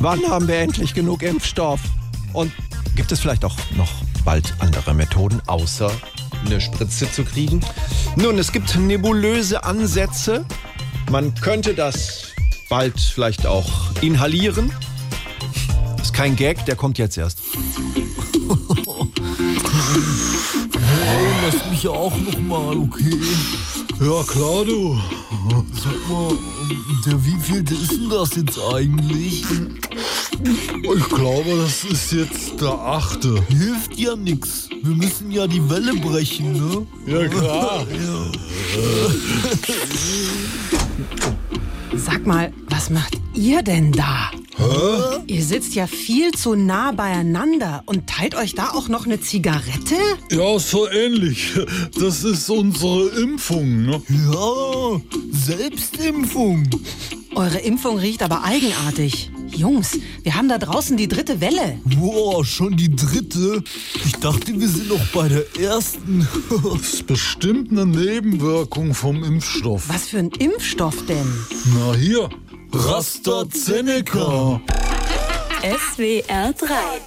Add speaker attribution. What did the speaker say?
Speaker 1: Wann haben wir endlich genug Impfstoff? Und gibt es vielleicht auch noch bald andere Methoden, außer eine Spritze zu kriegen? Nun, es gibt nebulöse Ansätze. Man könnte das bald vielleicht auch inhalieren. Ist kein Gag, der kommt jetzt erst.
Speaker 2: Lass mich auch noch mal, okay?
Speaker 1: Ja, klar, du.
Speaker 2: Sag mal, der wievielte ist denn das jetzt eigentlich?
Speaker 3: Ich glaube, das ist jetzt der achte.
Speaker 2: Hilft ja nix. Wir müssen ja die Welle brechen, ne?
Speaker 3: Ja, klar.
Speaker 4: Sag mal, was macht ihr denn da? Ihr sitzt ja viel zu nah beieinander und teilt euch da auch noch eine Zigarette?
Speaker 3: Ja, so ähnlich. Das ist unsere Impfung, ne?
Speaker 2: Ja, Selbstimpfung.
Speaker 4: Eure Impfung riecht aber eigenartig. Jungs, wir haben da draußen die dritte Welle.
Speaker 2: Boah, schon die dritte? Ich dachte, wir sind noch bei der ersten.
Speaker 3: Das ist bestimmt eine Nebenwirkung vom Impfstoff.
Speaker 4: Was für ein Impfstoff denn?
Speaker 3: Na hier, Rastazeneca.
Speaker 5: SWR 3